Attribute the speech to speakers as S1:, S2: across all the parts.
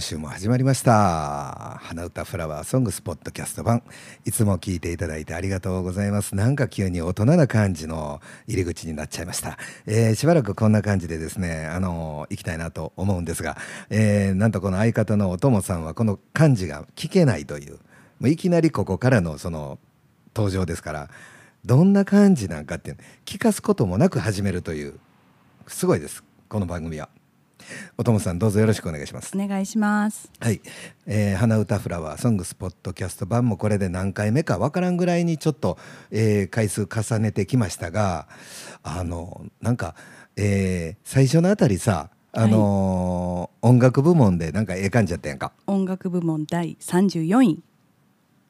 S1: 週も始まりました花歌フラワーソングスポットキャスト版いつも聞いていただいてありがとうございますなんか急に大人な感じの入り口になっちゃいました、えーしばらくこんな感じでですねあのー行きたいなと思うんですが、えーなんとこの相方のおともさんはこの漢字が聞けないというもういきなりここからのその登場ですからどんな感じなんかっていう聞かすこともなく始めるというすごいですこの番組はおともさんどうぞよろしくお願いします
S2: お願いします。
S1: はい、えー花歌フラワーソングスポットキャスト版もこれで何回目かわからんぐらいにちょっと、えー回数重ねてきましたがあのなんか、えー最初のあたりさあのー音楽部門でなんかええ感じやったやんか
S2: 音楽部門第34位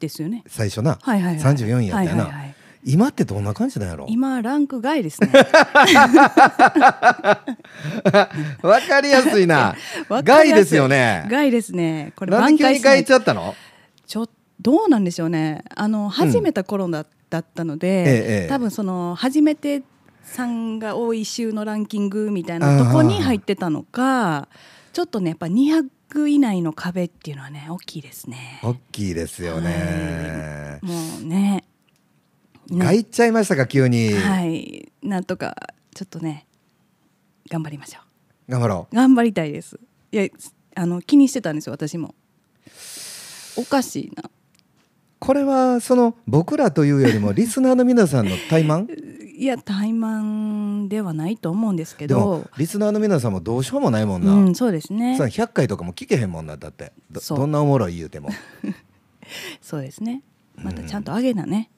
S2: ですよね。
S1: 最初な、
S2: はいはいはい。
S1: 34位やったよな、
S2: はいはいはい
S1: 今ってどんな感じなんやろ
S2: 今ランク外ですね。
S1: わかりやすいな
S2: わか
S1: 害
S2: りやすい
S1: ですよね
S2: 外ですね。これ
S1: なん
S2: 挽
S1: で急に
S2: 回しな
S1: 害
S2: い
S1: ちゃったの
S2: ちょどうなんでしょうね。あの始めた頃だ,、だったので、
S1: ええ
S2: 多分その初めてさんが多い週のランキングみたいなとこに入ってたのか、ちょっとねやっぱ200以内の壁っていうのはね大きいですね。
S1: 大きいですよね、
S2: もうね。ね
S1: 害っちゃいましたか急に、
S2: はい、なんとかちょっとね頑張りましょ
S1: 頑張ろう
S2: う頑張りたいですいやあの気にしてたんですよ私もおかしいな
S1: これはその僕らというよりもリスナーの皆さんの怠慢
S2: いや怠慢ではないと思うんですけ
S1: でも
S2: ど
S1: リスナーの皆さんもどうしようもないもん
S2: う
S1: な、
S2: んそうですね
S1: さ100回とかも聞けへんもんなだってど
S2: そう
S1: どんなおもろい言うても
S2: そうですねまたちゃんと上げなね、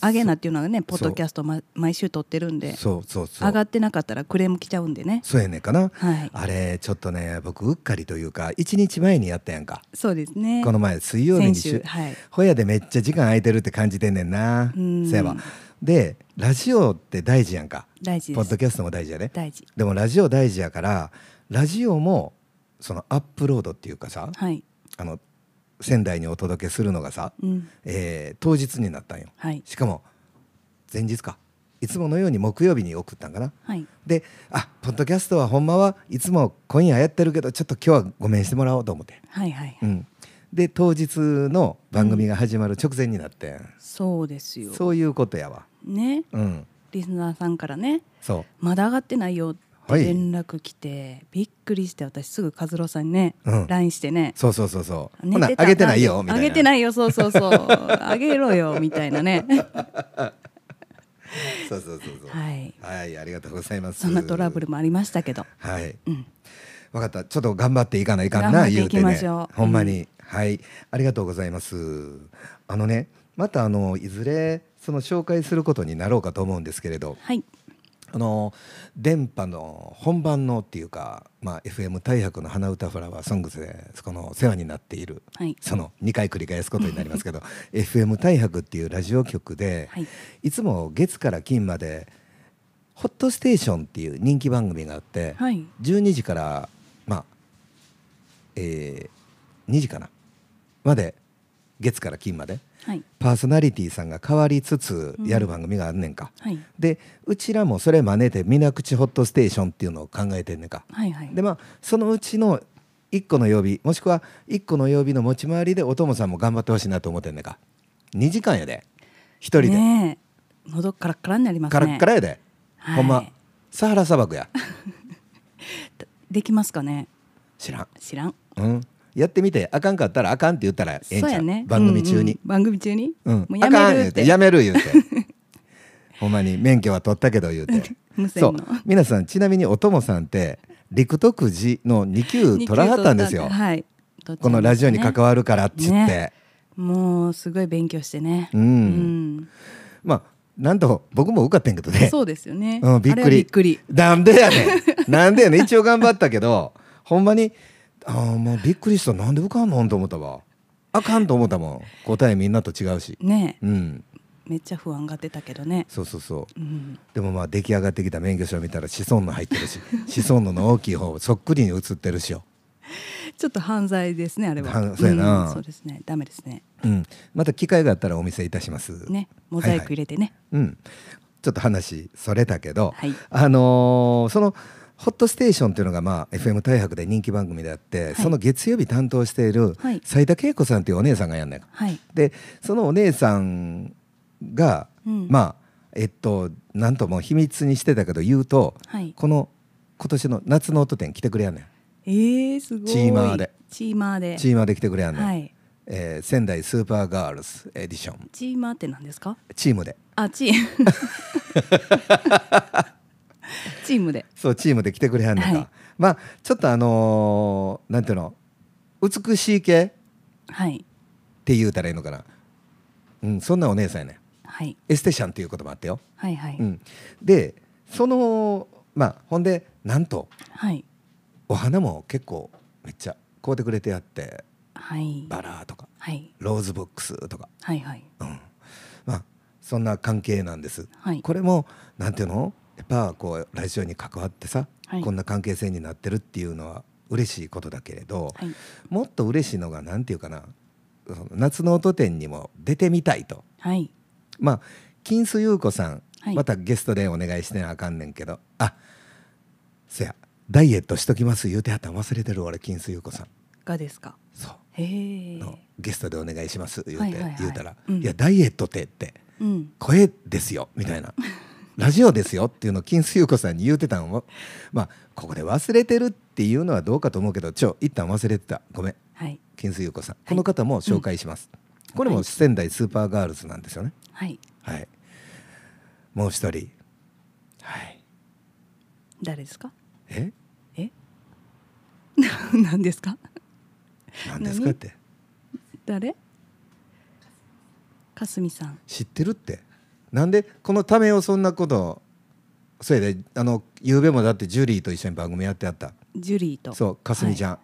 S2: 上げなっていうのはねポッドキャスト、ま、毎週撮ってるんで
S1: そうそうそう
S2: 上がってなかったらクレーム来ちゃうんでね
S1: そうやねんかな、
S2: はい
S1: あれちょっとね僕うっかりというか1日前にやったやんか
S2: そうですね
S1: この前水曜日に
S2: 先
S1: し
S2: 週はい
S1: ほやでめっちゃ時間空いてるって感じてんねんな
S2: うん
S1: そうやばでラジオって大事やんか
S2: 大事
S1: ポ
S2: で
S1: ッド
S2: す
S1: キャストも大事やね
S2: 大事
S1: でもラジオ大事やからラジオもそのアップロードっていうかさ
S2: はい
S1: あの仙台にお届けするのがさ、
S2: うん
S1: えー当日になったんよ
S2: はい
S1: しかも前日かいつものように木曜日に送ったんかな
S2: はい
S1: であポッドキャストはほんまはいつも今夜やってるけどちょっと今日はごめんしてもらおうと思って、
S2: はいはい
S1: うん、で当日の番組が始まる直前になってん、
S2: そうですよ
S1: そういうことやわ
S2: ね
S1: うん
S2: リスナーさんからね
S1: そ
S2: 「まだ上がってないよ」って
S1: はい
S2: 連絡来て、びっくりして私すぐ和郎さんにね、
S1: うん
S2: LINE してね
S1: うそうそうそうそうほ
S2: 寝
S1: な
S2: てた
S1: あげてないよみたいな
S2: あげてないよそうそう そうあげろよみたいなね
S1: そうそうそうそう
S2: はい
S1: はい、ありがとうございます。
S2: そんなトラブル。もありましたけど
S1: はい。
S2: うん
S1: わかった。ちょっと頑張っていかないかん
S2: 頑張
S1: な、
S2: って
S1: 言うてね
S2: いきましょ。う
S1: ほんまに、はい、ありがとうございます。あのね、またあのいずれその紹介することになろうかと思うんですけれど、
S2: はい
S1: あの電波の本番のっていうか、まあ FM 大白の花歌フラワーソングスでこの世話になっている。
S2: はい
S1: その2回繰り返すことになりますけど FM 大白っていうラジオ局で、
S2: はい
S1: いつも月から金まで「ホットステーション」っていう人気番組があって、
S2: はい
S1: 12時からまあえー2時かなまで月から金まで
S2: はい
S1: パーソナリティさんが変わりつつやる番組があんねんか、
S2: はいう
S1: でうちらもそれ真似て「水口ホットステーション」っていうのを考えてんねんか。
S2: はいはい
S1: でまあそのうちの1個の曜日もしくは1個の曜日の持ち回りでお友さんも頑張ってほしいなと思ってんねんか2時間やで1人で、
S2: ねえ喉からからになりますね
S1: カラッカラやで、
S2: はい
S1: ほんまサハラ砂漠や
S2: できますかね
S1: 知らん、
S2: 知らん
S1: うん、やってみてあかんかったらあかんって言ったらええんち
S2: そう
S1: ゃ
S2: や
S1: う
S2: ね
S1: 番組中に
S2: うんうん、番組中に、
S1: うん
S2: もう
S1: あ
S2: や
S1: かん
S2: める
S1: 言
S2: っ
S1: う
S2: て
S1: てやめる言う てほんまに免許は取ったけど言う て
S2: 無線
S1: そ
S2: の
S1: う皆さんちなみにお友さんって陸徳寺の2級取らはったんですよ、
S2: はい。
S1: こ
S2: 取っちゃいましたね
S1: のラジオに関わるからっちって。
S2: ねもうすごい勉強してね。
S1: うんまあなんと僕も受かってんけど
S2: うん
S1: ね
S2: そうですよ ね。
S1: うん、びっ
S2: あれ
S1: く
S2: は
S1: り
S2: びっくり。
S1: なんでやねんなんでやねん一応頑張ったけどほんまにあーもうびっくりしたなんで受かんのんと思ったわあかんと思ったもん答えみんなと違うし
S2: ねえ、
S1: うん
S2: めっちゃ不安が出たけどね。
S1: そうそうそう
S2: うん、
S1: でもまあ出来上がってきた免許証見たら子孫の入って るし子孫のの大きい方そっくりに写ってるしよ、
S2: ちょっと犯罪ですねあれは
S1: は。そうやなん
S2: そうですね。ダメですね。
S1: うん、また機会があったらお見せいたします
S2: ね、モザイク入れてね。
S1: うん、ちょっと話それたけど、
S2: はい
S1: あのーそのホットステーションっていうのが、まあ、FM 大白で人気番組であって、
S2: い
S1: その月曜日担当している
S2: はい
S1: 斉田恵子さんっていうお姉さんがやんねん、
S2: はい。
S1: でそのお姉さんが、
S2: うん
S1: まあえっとなんとも秘密にしてたけど言うと
S2: はい。
S1: この今年の夏の音展来てくれやんね
S2: ええすごい。
S1: チーマーで。
S2: チーマーで。
S1: んチーマーで来てくれやんねん、
S2: はい。
S1: えー仙台スーパーガールズエディション
S2: チーマーって何ですか？
S1: チームで
S2: あ、チ ー。チームで。
S1: そうチームで来てくれはんねんか、
S2: はい
S1: まあちょっとあのーなんていうの美しい系
S2: はい。
S1: って言うたらいいのかな、うん、そんなお姉さんやね
S2: はい。
S1: エステシャンっていうこともあったよ、
S2: はいはい。
S1: うん、でそのまあほんでなんと
S2: はい。
S1: お花も結構めっちゃ買うてくれてあって
S2: はい。
S1: バラとか
S2: はい。
S1: ローズブックスとか、
S2: はいはい。
S1: うん、まあそんな関係なんです、
S2: はい。
S1: これもなんていうのやっぱこうラジオに関わってさ、
S2: はい
S1: こんな関係性になってるっていうのは嬉しいことだけれど、
S2: はい。
S1: もっと嬉しいのがなんていうかなその夏の音展にも出てみたいと
S2: はい。
S1: まあ金須優子さん、
S2: はい
S1: またゲストでお願いしてなあかんねんけどあそやダイエットしときます言うてはったん忘れてる俺金須優子さん
S2: がですか。
S1: そう、
S2: へえ。
S1: のゲストでお願いします言うて、
S2: はいはいはい
S1: 言うたら、
S2: うん
S1: いやダイエットってって
S2: うん。
S1: 声ですよみた いなラジオですよっていうのを金須優子さんに言うてたんをまあここで忘れてるっていうのはどうかと思うけどちょ一旦忘れてたごめん
S2: はい。
S1: 金水優子さん、この方も紹介します、これも仙台スーパーガールズなんですよね
S2: はい。
S1: はいもう一人はい
S2: 誰ですか？
S1: え
S2: え？ ななんですか？
S1: 何ですか
S2: 何
S1: って
S2: 誰？かすみさん。
S1: 知ってるってなんでこのためをそんなことそれであの昨べもだってジュリーと一緒に番組やってあった
S2: ジュリーと。
S1: そうかすみちゃん、
S2: は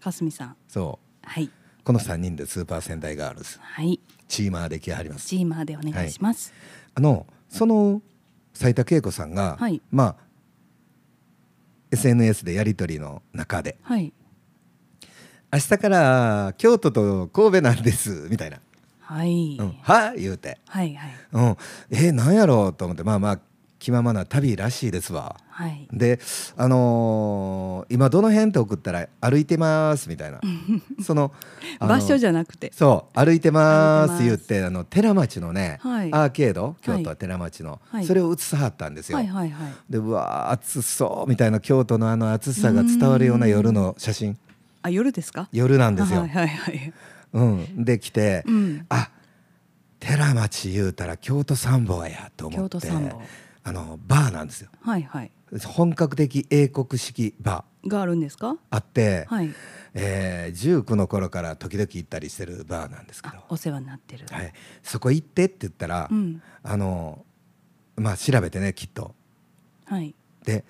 S2: い。かすみさん。
S1: そう
S2: はい。
S1: この3人でスーパー仙台ガールズ
S2: はい。
S1: チーマーで来はります
S2: チーマーでお願いします。
S1: あのその斉田恵子さんが、
S2: はい
S1: まあ SNS でやり取りの中で
S2: はい。
S1: 明日から京都と神戸なんですみたいな
S2: はい。
S1: 「うん、はい」言うて
S2: はいはい
S1: 「うん、えー、何やろ?」と思ってまあまあ気ままな旅らしいですわ。
S2: はい。
S1: で、あのー今どの辺って送ったら「歩いてます」みたい なそのあの
S2: 場所じゃなくて。
S1: そう歩いてます
S2: 歩いて
S1: 言
S2: ま
S1: っ
S2: す
S1: てあの寺町のね、
S2: はい
S1: アーケード京都は寺町の、
S2: はい
S1: それを映さはったんですよ。
S2: はいはいはい。
S1: でうわー暑そうみたいな京都のあの暑さが伝わるような夜の写真
S2: あ夜ですか？
S1: 夜なんですよ。
S2: はいはいはい。
S1: うん、で来て、
S2: うん。
S1: あ寺町言うたら京都三宝やと思
S2: 京
S1: っ
S2: 都
S1: て
S2: 三宝。
S1: あのバーなんですよ
S2: はいはい。
S1: 本格的英国式バ
S2: があるんですか？
S1: ーあって、
S2: はい。
S1: えー19の頃から時々行ったりしてるバーなんですけど
S2: あ、お世話になってる。
S1: はい、そこ行ってって言ったら、
S2: うん。
S1: あのまあ調べてねきっと
S2: はい
S1: で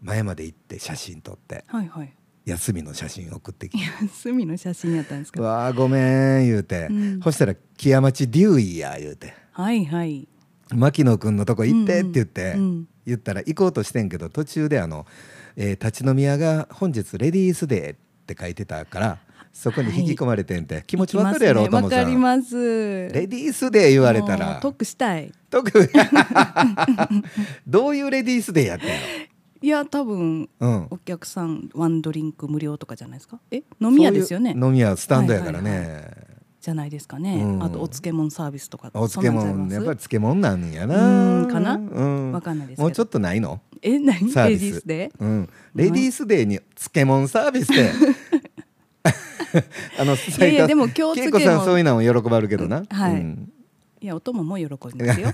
S1: 前まで行って写真撮って
S2: はいはい。
S1: 休みの写真送ってきて
S2: 休みの写真やったんです
S1: 「う
S2: か？
S1: わーごめん」言うて、
S2: うん
S1: そしたら「木屋町デューイや」言うて
S2: はいはい。
S1: 牧野君のとこ行ってって言って、
S2: うん。
S1: 言ったら行こうとしてんけど途中であの、えー立ち飲み屋が本日レディースデーって書いてたからそこに引き込まれてんて、気持ちわかるやろ
S2: 行きますね
S1: 友さ
S2: わかり
S1: ん。
S2: ます。
S1: レディースデー言われた
S2: も
S1: ら
S2: う得したい。
S1: 特 どういうレディースデーやったんや
S2: いや多分
S1: ろ、うん、
S2: お客さんワンドリンク無料とかじゃないですか？え飲み屋ですよね
S1: そうい。う飲み屋スタンドやからね、
S2: はいはじゃないですかね。
S1: うん
S2: あとお漬物サービスとか。
S1: お漬
S2: そんなん
S1: 物
S2: ちゃ
S1: や
S2: い
S1: っぱ
S2: ま
S1: り漬物なんやな
S2: うーんかな
S1: うん
S2: すわかんないですけど。
S1: もうちょっとないの
S2: え何
S1: サー
S2: レ
S1: ビ
S2: ディー
S1: ス
S2: スで？
S1: うん、レディースデーに漬物サービスで あの
S2: いやいやでも
S1: 恵
S2: 今日
S1: 子
S2: 漬
S1: さんそうい
S2: 物。
S1: うのも喜ばれるけどな、
S2: はい
S1: うん
S2: いやお供も喜び ますよ。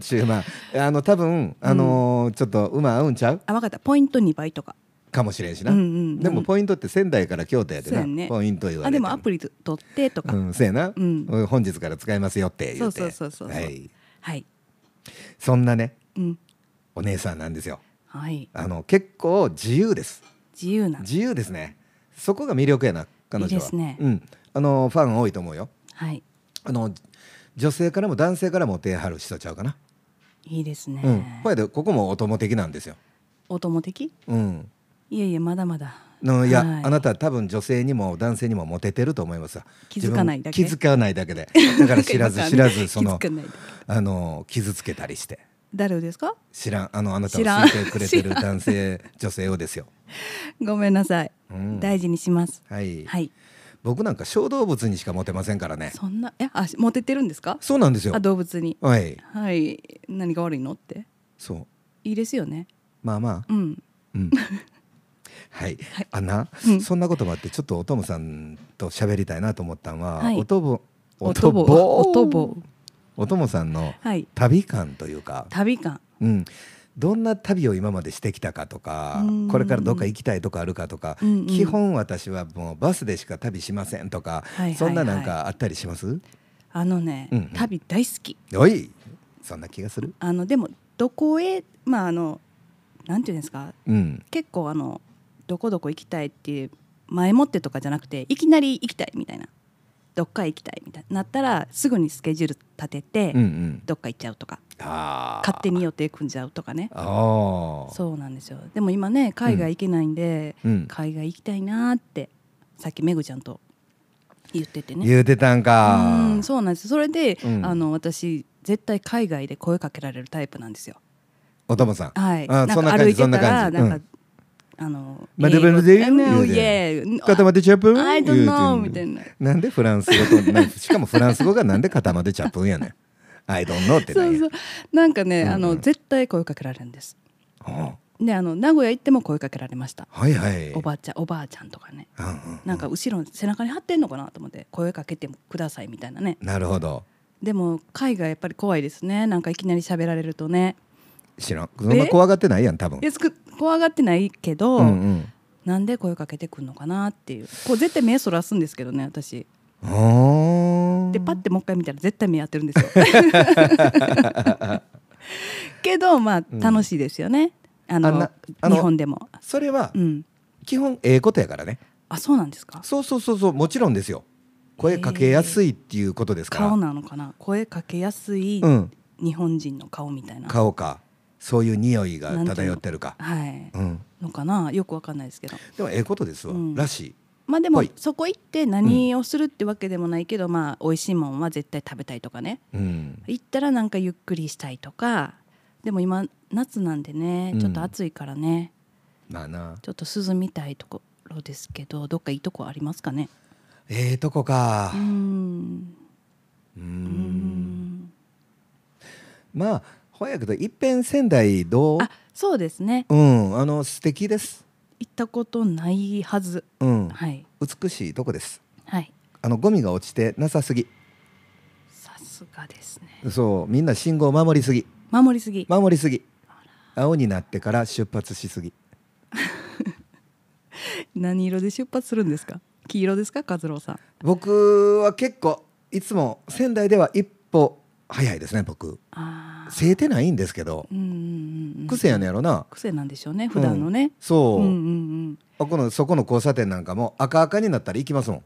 S1: ちゅまああの多分あのーちょっと馬合うんちゃう
S2: あ分かったポイント2倍とか。
S1: かもしれんしな、
S2: うんうん
S1: でもポイントって仙台から京都やで
S2: そう
S1: な、
S2: やね
S1: ポイント言われて
S2: あでもアプリ取ってとか。
S1: うん、そうやな、
S2: うん
S1: 本日から使えますよって言って
S2: そうそうそうそうそう
S1: はい、
S2: はい。
S1: そんなね
S2: うん
S1: お姉さんなんですよ
S2: はい
S1: あの結構自由です
S2: 自由な
S1: 自由ですねそこが魅力やな彼女はい
S2: いですね
S1: うん、あのファン多いと思うよ
S2: はい
S1: あの女性からも男性からも手張る人ちゃうかな、
S2: いいですね。
S1: うんほやでここもお友的なんですよ
S2: お供的？
S1: うん
S2: いやいやまだまだ。
S1: のいや、
S2: はい
S1: あなた多分女性にも男性にもモテてると思いますわ
S2: 気づかないだけ
S1: 自分気づかないだけでだから知らず
S2: なんか
S1: 知らずそ
S2: 気づ
S1: の
S2: かないだけ
S1: あの傷つけたりして
S2: 誰をですか
S1: 知らんあのあなたを
S2: 知ら
S1: 好
S2: ん
S1: いてくれてる
S2: 知らん
S1: 男性女性をですよ、
S2: ごめんなさい、
S1: うん
S2: 大事にします
S1: はい
S2: はい
S1: 僕なんか小動物にしかモテませんからね
S2: そんなえあモテてるんですか
S1: そうなんですよ
S2: あ動物に
S1: はい
S2: はい何が悪いのって
S1: そう
S2: いいですよね
S1: まあまあ
S2: うん
S1: うんはい、
S2: はい
S1: あんな、
S2: うん
S1: そんなこともあってちょっとおともさんと喋りたいなと思ったのは、
S2: はい
S1: おとぼ
S2: おとぼ
S1: お
S2: おとぼ
S1: おともさんの
S2: はい
S1: 旅感というか、
S2: 旅感
S1: うん、どんな旅を今までしてきたかとか
S2: うん
S1: これからどっか行きたいとかあるかとか、
S2: うんうん
S1: 基本私はもうバスでしか旅しませんとか、
S2: はいはいはい
S1: そんななんかあったりします
S2: あのね、
S1: うんうん
S2: 旅大好き
S1: おいそんな気がする、
S2: あのでもどこへまああのなんていうんですか
S1: うん、
S2: 結構あのどこどこ行きたいっていう前もってとかじゃなくていきなり行きたいみたいなどっか行きたいみたいになったらすぐにスケジュール立てて、
S1: うんうん
S2: どっか行っちゃうとか
S1: あ
S2: 勝手
S1: に
S2: に予定組んじゃうとかね
S1: あー
S2: そうなんですよでも今ね海外行けないんで、
S1: うん
S2: 海外行きたいなーってさっきめぐちゃんと言っててね
S1: 言うてたんか
S2: うんそうなんですそれで、
S1: うん
S2: あの私絶対海外で声かけられるタイプなんですよ
S1: おともさん
S2: はい
S1: あ
S2: なん
S1: そんな
S2: か
S1: 感
S2: 歩
S1: じ
S2: いてた
S1: そんな
S2: ら
S1: 感じ
S2: なんか、
S1: うん
S2: あの
S1: まあレベルで言う
S2: 英
S1: 言
S2: 語
S1: う
S2: い
S1: て
S2: やいや
S1: 固まってチャップン
S2: I don't know みたい
S1: な
S2: な
S1: なんでフランス語となんしかもフランス語がなんで固まってチャップンやねん I don't know ってな
S2: そ
S1: ん
S2: う
S1: や
S2: そうなんかね、
S1: うんうん
S2: あの絶対声かけられるんです
S1: あ
S2: であの名古屋行っても声かけられました
S1: はいはい
S2: おばあちゃんおばあちゃんとかね
S1: うんうん
S2: なんか後ろ背中に貼ってんのかなと思って声かけてくださいみたいなね
S1: なるほど
S2: でも海外やっぱり怖いですねなんかいきなり喋られるとね
S1: 知らんそんな怖がってないやん多分
S2: いやつく怖がってないけど、
S1: うんうん
S2: なんで声かけてくんのかなっていうこう絶対目そらすんですけどね私
S1: おー
S2: でパッてもう一回見たら絶対目合ってるんです よけどまあ
S1: うん
S2: 楽しいですよね、あの
S1: あんなあの
S2: 日本でも
S1: それは
S2: うん
S1: 基本ええことやからね
S2: あそうなんですか
S1: そうそうそうそうもちろんですよ声かけやすいっていうことですから
S2: 顔なのかな声かけやすい
S1: うん
S2: 日本人の顔みたいな、
S1: 顔かそういう匂いが漂ってるか
S2: はい
S1: うん
S2: のかなよくわかんないですけど
S1: でもええことですわ
S2: うん
S1: らしい
S2: まあでも
S1: はい
S2: そこ行って何をするってわけでもないけど、まあ美味しいもんは絶対食べたいとかね
S1: うん
S2: 行ったらなんかゆっくりしたいとかでも今夏なんでね
S1: うん
S2: ちょっと暑いからね、
S1: まあな
S2: ちょっと涼みたいところですけどどっかいいとこありますかね
S1: ええとこか
S2: うーん
S1: うー
S2: うー
S1: ん
S2: ん
S1: まあほやけどいっぺん仙台どう
S2: あそうですね
S1: うんあの素敵です
S2: 行ったことないはず
S1: うん
S2: はい
S1: 美しいとこです
S2: はい
S1: あのゴミが落ちてなさすぎ
S2: さすがですね
S1: そうみんな信号守りすぎ
S2: 守りすぎ、
S1: 守りすぎ青になってから出発しすぎ
S2: 何色で出発するんですか黄色ですか和郎さん
S1: 僕は結構いつも仙台では一歩早いですね僕
S2: ああ
S1: せえてないんですけど
S2: うんうんうんうん
S1: 癖やねやろな
S2: 癖なんでしょうね普段のね、う
S1: そう、
S2: ん、うんうん
S1: あこのそこの交差点なんかも赤赤になったら行き ますもん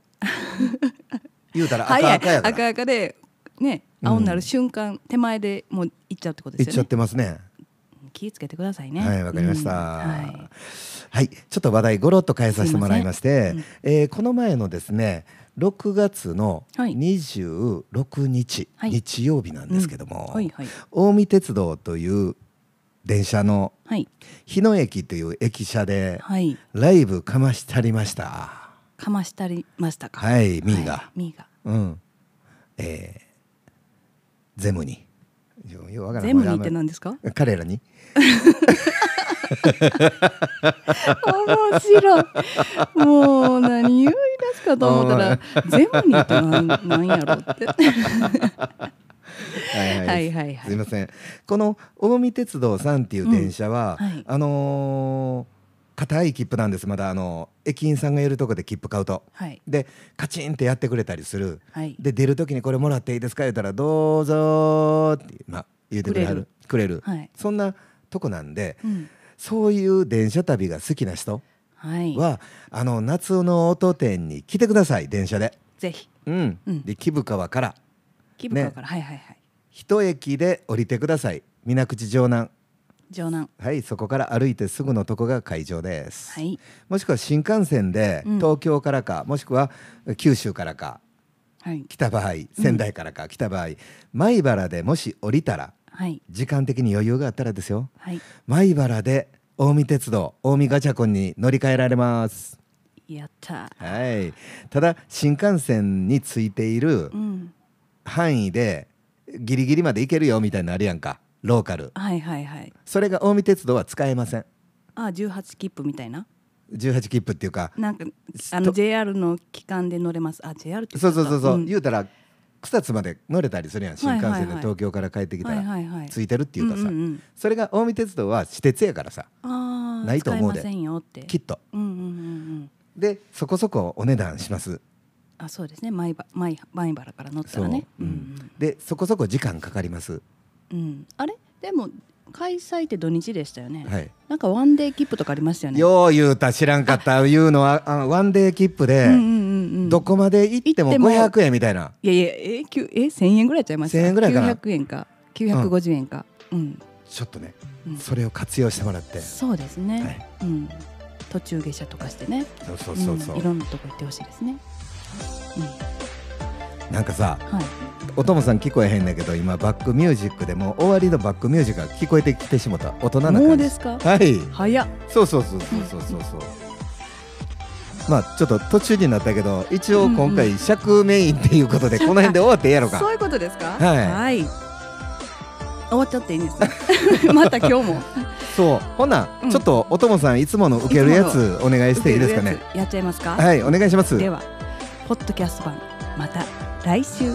S1: 言うたら赤
S2: 早い
S1: 赤やから
S2: 赤赤でね
S1: うん
S2: 青になる瞬間、手前でもう行っちゃうってことで
S1: 行っ
S2: す
S1: ちゃ
S2: よ
S1: っ
S2: ね
S1: てますね
S2: 気をつけてくださいね
S1: はいわかりました、
S2: うん
S1: は、
S2: はい
S1: ちょっと話題ごろっと変えさせてもらいまして
S2: すいま
S1: えーこの前のですね6月の
S2: はい
S1: 26日、
S2: はい
S1: 日曜日なん
S2: い
S1: ですけども、
S2: うんはいはい
S1: 近江鉄道という電車の
S2: はい
S1: 日野駅という駅舎で
S2: はい
S1: ライブかましたりました
S2: かましたりましたか
S1: はいミーが、
S2: はいミーが
S1: うんえーゼムによようわからん
S2: 全部見っ
S1: これあ
S2: て
S1: んま
S2: 何ですか
S1: 彼らに
S2: 面白いもう何言い出すかと思ったら全部にってなんなんやろって
S1: は いはい、
S2: はいはいはい
S1: すみませんこの近江鉄道さんっていう電車は、
S2: うんはい
S1: あのー硬い切符なんですまだあの駅員さんがいるとこで切符買うと
S2: はい
S1: でカチンってやってくれたりする
S2: はい
S1: で出る時にこれもらっていいですか言ったらどうぞーって、まあ、言ってくれはるくれる
S2: はい
S1: そんなとこなんで
S2: うん
S1: そういう電車旅が好きな人
S2: はい
S1: は、あの夏の音展に来てください電車で。
S2: ぜひ
S1: うん
S2: うん
S1: で貴生川から
S2: 気分からはいはいはい
S1: 一駅で降りてください水口城南
S2: 城南
S1: はいそこから歩いてすぐのとこが会場です、
S2: はい
S1: もしくは新幹線で
S2: うん
S1: 東京からか、もしくは九州からか
S2: はい
S1: 来た場合仙台からか来た場合、米原でもし降りたら
S2: はい
S1: 時間的に余裕があったらですよ
S2: はい
S1: 米原で近江鉄道近江ガチャコンに乗り換えられます
S2: やった
S1: はいただ新幹線についている
S2: うん
S1: 範囲でギリギリまで行けるよみたいになのあるやんかローカル
S2: はいはいはい
S1: それが近江鉄道は使えません
S2: あ18切符みたいな
S1: 18切符っていうか
S2: なんかあの JR の期間で乗れますあ JR って言っち
S1: そ
S2: ゃ
S1: う
S2: った
S1: そうそうそう、
S2: ん
S1: 言うたら草津まで乗れたりするやん新幹
S2: はい
S1: 線
S2: はい
S1: で
S2: はい
S1: 東京から帰ってきた
S2: はい
S1: ら
S2: はいはい
S1: ついてるっていうかさ
S2: んんん
S1: それが近江鉄道は私鉄やからさ
S2: あー
S1: ないと思うで
S2: 使えませんよって
S1: きっと
S2: うんうんうんうん
S1: でそこそこお値段します
S2: あそうですね前ば前前原から乗ったらね
S1: そううんでそこそこ時間かかります
S2: うんうんあれでも開催って土日でしたよね、
S1: はい
S2: なんかワンデー切符とかありましたよね
S1: よう言うた知らんかった言うのはあのワンデー切符
S2: う
S1: で
S2: んうんうんうん
S1: どこまで行っても
S2: 行っても
S1: 500円みたいない
S2: やいやえきゅえ千円ぐらいちゃいました
S1: 1000円ぐらいかな
S2: 900円か950円かうん、
S1: ちょっとね
S2: うん
S1: それを活用してもらって
S2: そうですね、
S1: はい
S2: うん途中下車とかしてね
S1: そうそうそうそ
S2: ん、いうろんなとこ行ってほしいですね、うん
S1: なんかさ
S2: はい
S1: おともさん聞こえへんねんけど今バックミュージックでもう終わりのバックミュージックが聞こえてきてしもた大人な感じ
S2: もうですか
S1: はい
S2: 早っ
S1: そうそうそうそうそうそうそうまあちょっと途中になったけど一応今回尺メインっていうことでこの辺で終わってええやろ
S2: そう
S1: か
S2: いうことですか
S1: はい
S2: い終わっちゃっていいんですね また今 日も
S1: そうほな
S2: うん
S1: ちょっとおともさんいつもの受けるやつお願いしていいですかね
S2: やっちゃいますか、
S1: はいお願いします
S2: ではポッドキャスト版また来週